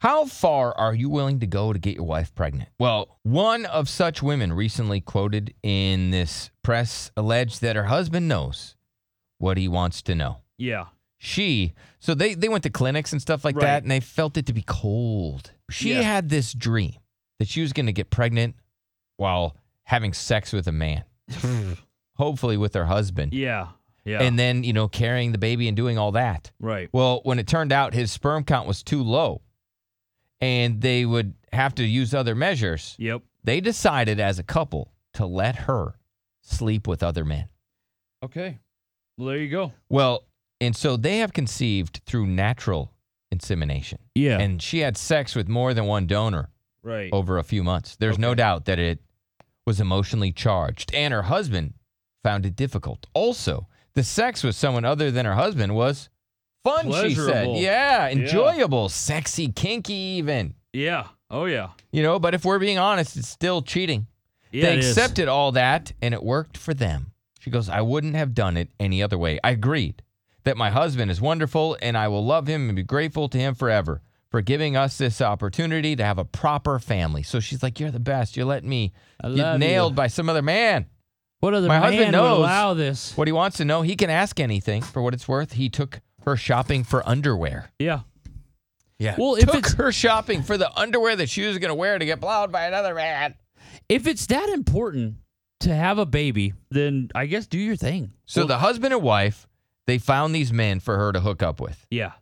How far are you willing to go to get your wife pregnant? Well, one of such women recently quoted in this press alleged that her husband knows what he wants to know. Yeah. She, so they, they went to clinics and stuff like Right. that, and they felt it to be cold. She Yeah. had this dream that she was going to get pregnant while having sex with a man, hopefully with her husband, Yeah. Yeah. and then, you know, carrying the baby and doing all that. right. Well, when it turned out his sperm count was too low and they would have to use other measures, Yep. they decided as a couple to let her sleep with other men. Okay. Well, there you go. Well, and so they have conceived through natural insemination. Yeah. And Oh. she had sex with more than one donor right. over a few months. There's no doubt that it was emotionally charged, and her husband found it difficult. Also, the sex with someone other than her husband was fun, she said. Pleasurable. Yeah, enjoyable, sexy, kinky, even. Yeah. Oh yeah. You know, but if we're being honest, it's still cheating. Yeah. they it is. accepted all that, and it worked for them. She goes, I wouldn't have done it any other way. I agreed that my husband is wonderful, and I will love him and be grateful to him forever for giving us this opportunity to have a proper family. So she's like, You're the best. You're letting me I get love nailed you. by some other man. What other My man husband would knows. allow this? What he wants to know, he can ask anything for what it's worth. He took her shopping for underwear. Yeah. Yeah. Well, if took it's- her shopping for the underwear that she was going to wear to get plowed by another man. If it's that important to have a baby, Then I I guess do your thing. So the husband and wife, they found these men for her to hook up with. yeah.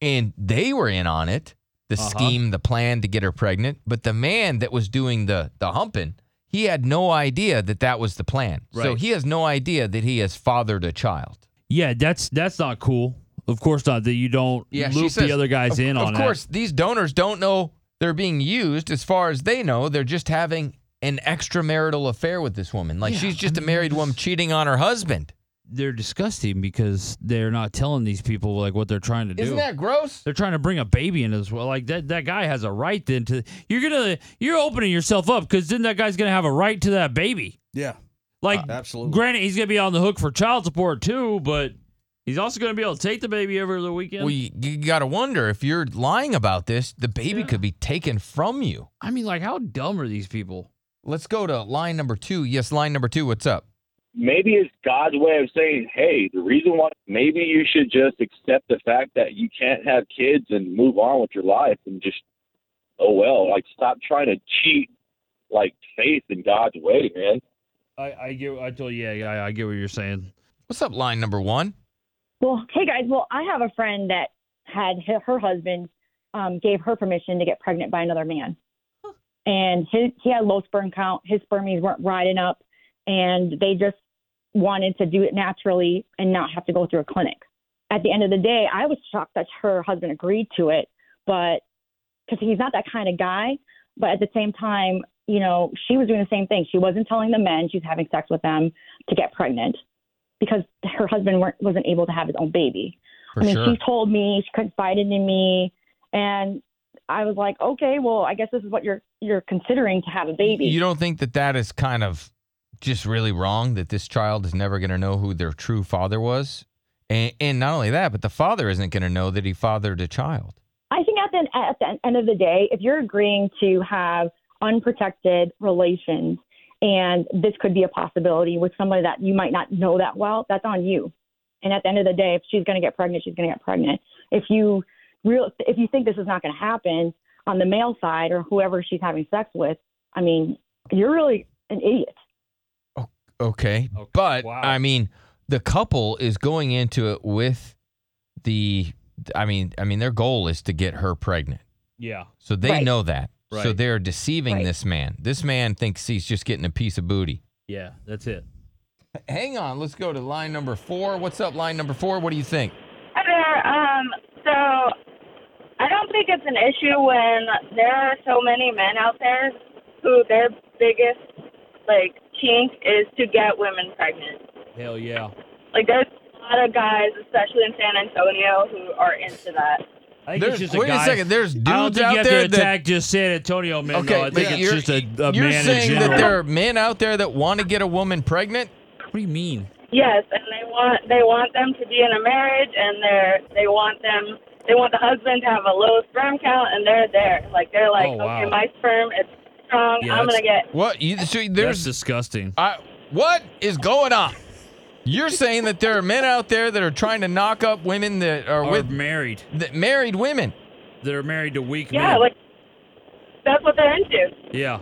And they were in on it, the Uh-huh. scheme, the plan to get her pregnant. But the man that was doing the the humping, he had no idea that that was the plan. So Right. he has no idea that he has fathered a child. Yeah. That's that's not cool. Of course not. That you don't loop the other guys of, in on Of course, these donors don't know they're being used. As far as they know, they're just having an extramarital affair with this woman. Like Yeah, she's just I a mean, married woman cheating on her husband. They're disgusting because they're not telling these people like what they're trying to do. Isn't that gross? they're trying to bring a baby in as well. Like that, that guy has a right then to. You're gonna you're opening yourself up because then that guy's gonna have a right to that baby. Yeah, Like, Uh, absolutely. granted, he's gonna be on the hook for child support too, but he's also gonna be able to take the baby every other weekend. Well, you, you got to wonder if you're lying about this, the baby could be taken from you. I mean, like, how dumb are these people? Let's go to line number two. Yes, line number two. What's up? maybe it's God's way of saying, hey, the reason why maybe you should just accept the fact that you can't have kids and move on with your life and just, oh well, like stop trying to cheat like faith in God's way, man. I, I get. I told you. Yeah. I, I get what you're saying. What's up? Line number one. Well, hey guys. Well, I have a friend that had her, her husband um, gave her permission to get pregnant by another man, and his, he had low sperm count. His spermies weren't riding up, and they just wanted to do it naturally and not have to go through a clinic. At the end of the day, I was shocked that her husband agreed to it, but because he's not that kind of guy. But at the same time, you know, she was doing the same thing. She wasn't telling the men she's having sex with them to get pregnant because her husband weren't, wasn't able to have his own baby. For I mean, sure. she told me she confided in me, and I was like, okay, well, I guess this is what you're you're considering to have a baby. You don't think that that is kind of just really wrong that this child is never going to know who their true father was? And, and not only that, but the father isn't going to know that he fathered a child. I think at the at the end of the day, if you're agreeing to have unprotected relations, and this could be a possibility with somebody that you might not know that well, that's on you. And at the end of the day, if she's going to get pregnant, she's going to get pregnant. If you real if you think this is not going to happen on the male side or whoever she's having sex with, I mean, you're really an idiot. Okay, Okay. But wow. I mean, the couple is going into it with the I mean, I mean their goal is to get her pregnant. Yeah. So they Right. know that. So Right. they're deceiving Right. this man. This man thinks he's just getting a piece of booty. Yeah. That's it. Hang on, let's go to line number 4. What's up line number 4? What do you think? Hi there. Um, so I don't think it's an issue when there are so many men out there who their biggest like kink is to get women pregnant. Hell yeah. Like there's a lot of guys, especially in San Antonio, who are into that. I think There's- it's just wait a, guy. second, there's dudes I don't think out you have there to that attack just San Antonio men. Okay, though. I think but it's you're- just a, a you're man in saying general. that there are men out there that want to get a woman pregnant? what do you mean? Yes, and they want they want them to be in a marriage, and they are they want them They want the husband to have a low sperm count, and they're there. Like they're like, Oh, wow. okay, my sperm is strong. Yeah, I'm that's- gonna get What? You, so That's there's disgusting. I, what is going on? You're saying that there are men out there that are trying to knock up women that are Or with married. that married women. That are married to weak yeah, men. like that's what they're into. yeah.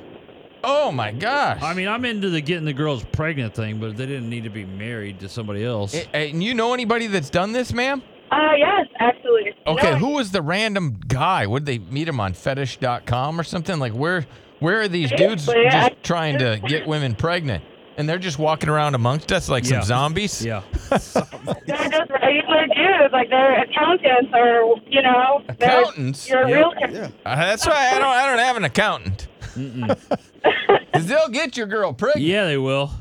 Oh my gosh! I mean, I'm into the getting the girls pregnant thing, but they didn't need to be married to somebody else. A- and you know anybody that's done this, ma'am? Uh, yes, absolutely. Okay, No, who was the random guy? Would they meet him on fetish.com or something? Like where where are these dudes Well, yeah, just I- trying to get women pregnant? And they're just walking around amongst us like Yeah. some zombies? yeah. They're just regular dudes, like they're accountants or you know, they're Accountants? your Yep. real. Yeah. Uh, that's right. I don't I don't have an accountant. Mm-mm. 'Cause they'll get your girl pregnant. yeah, they will.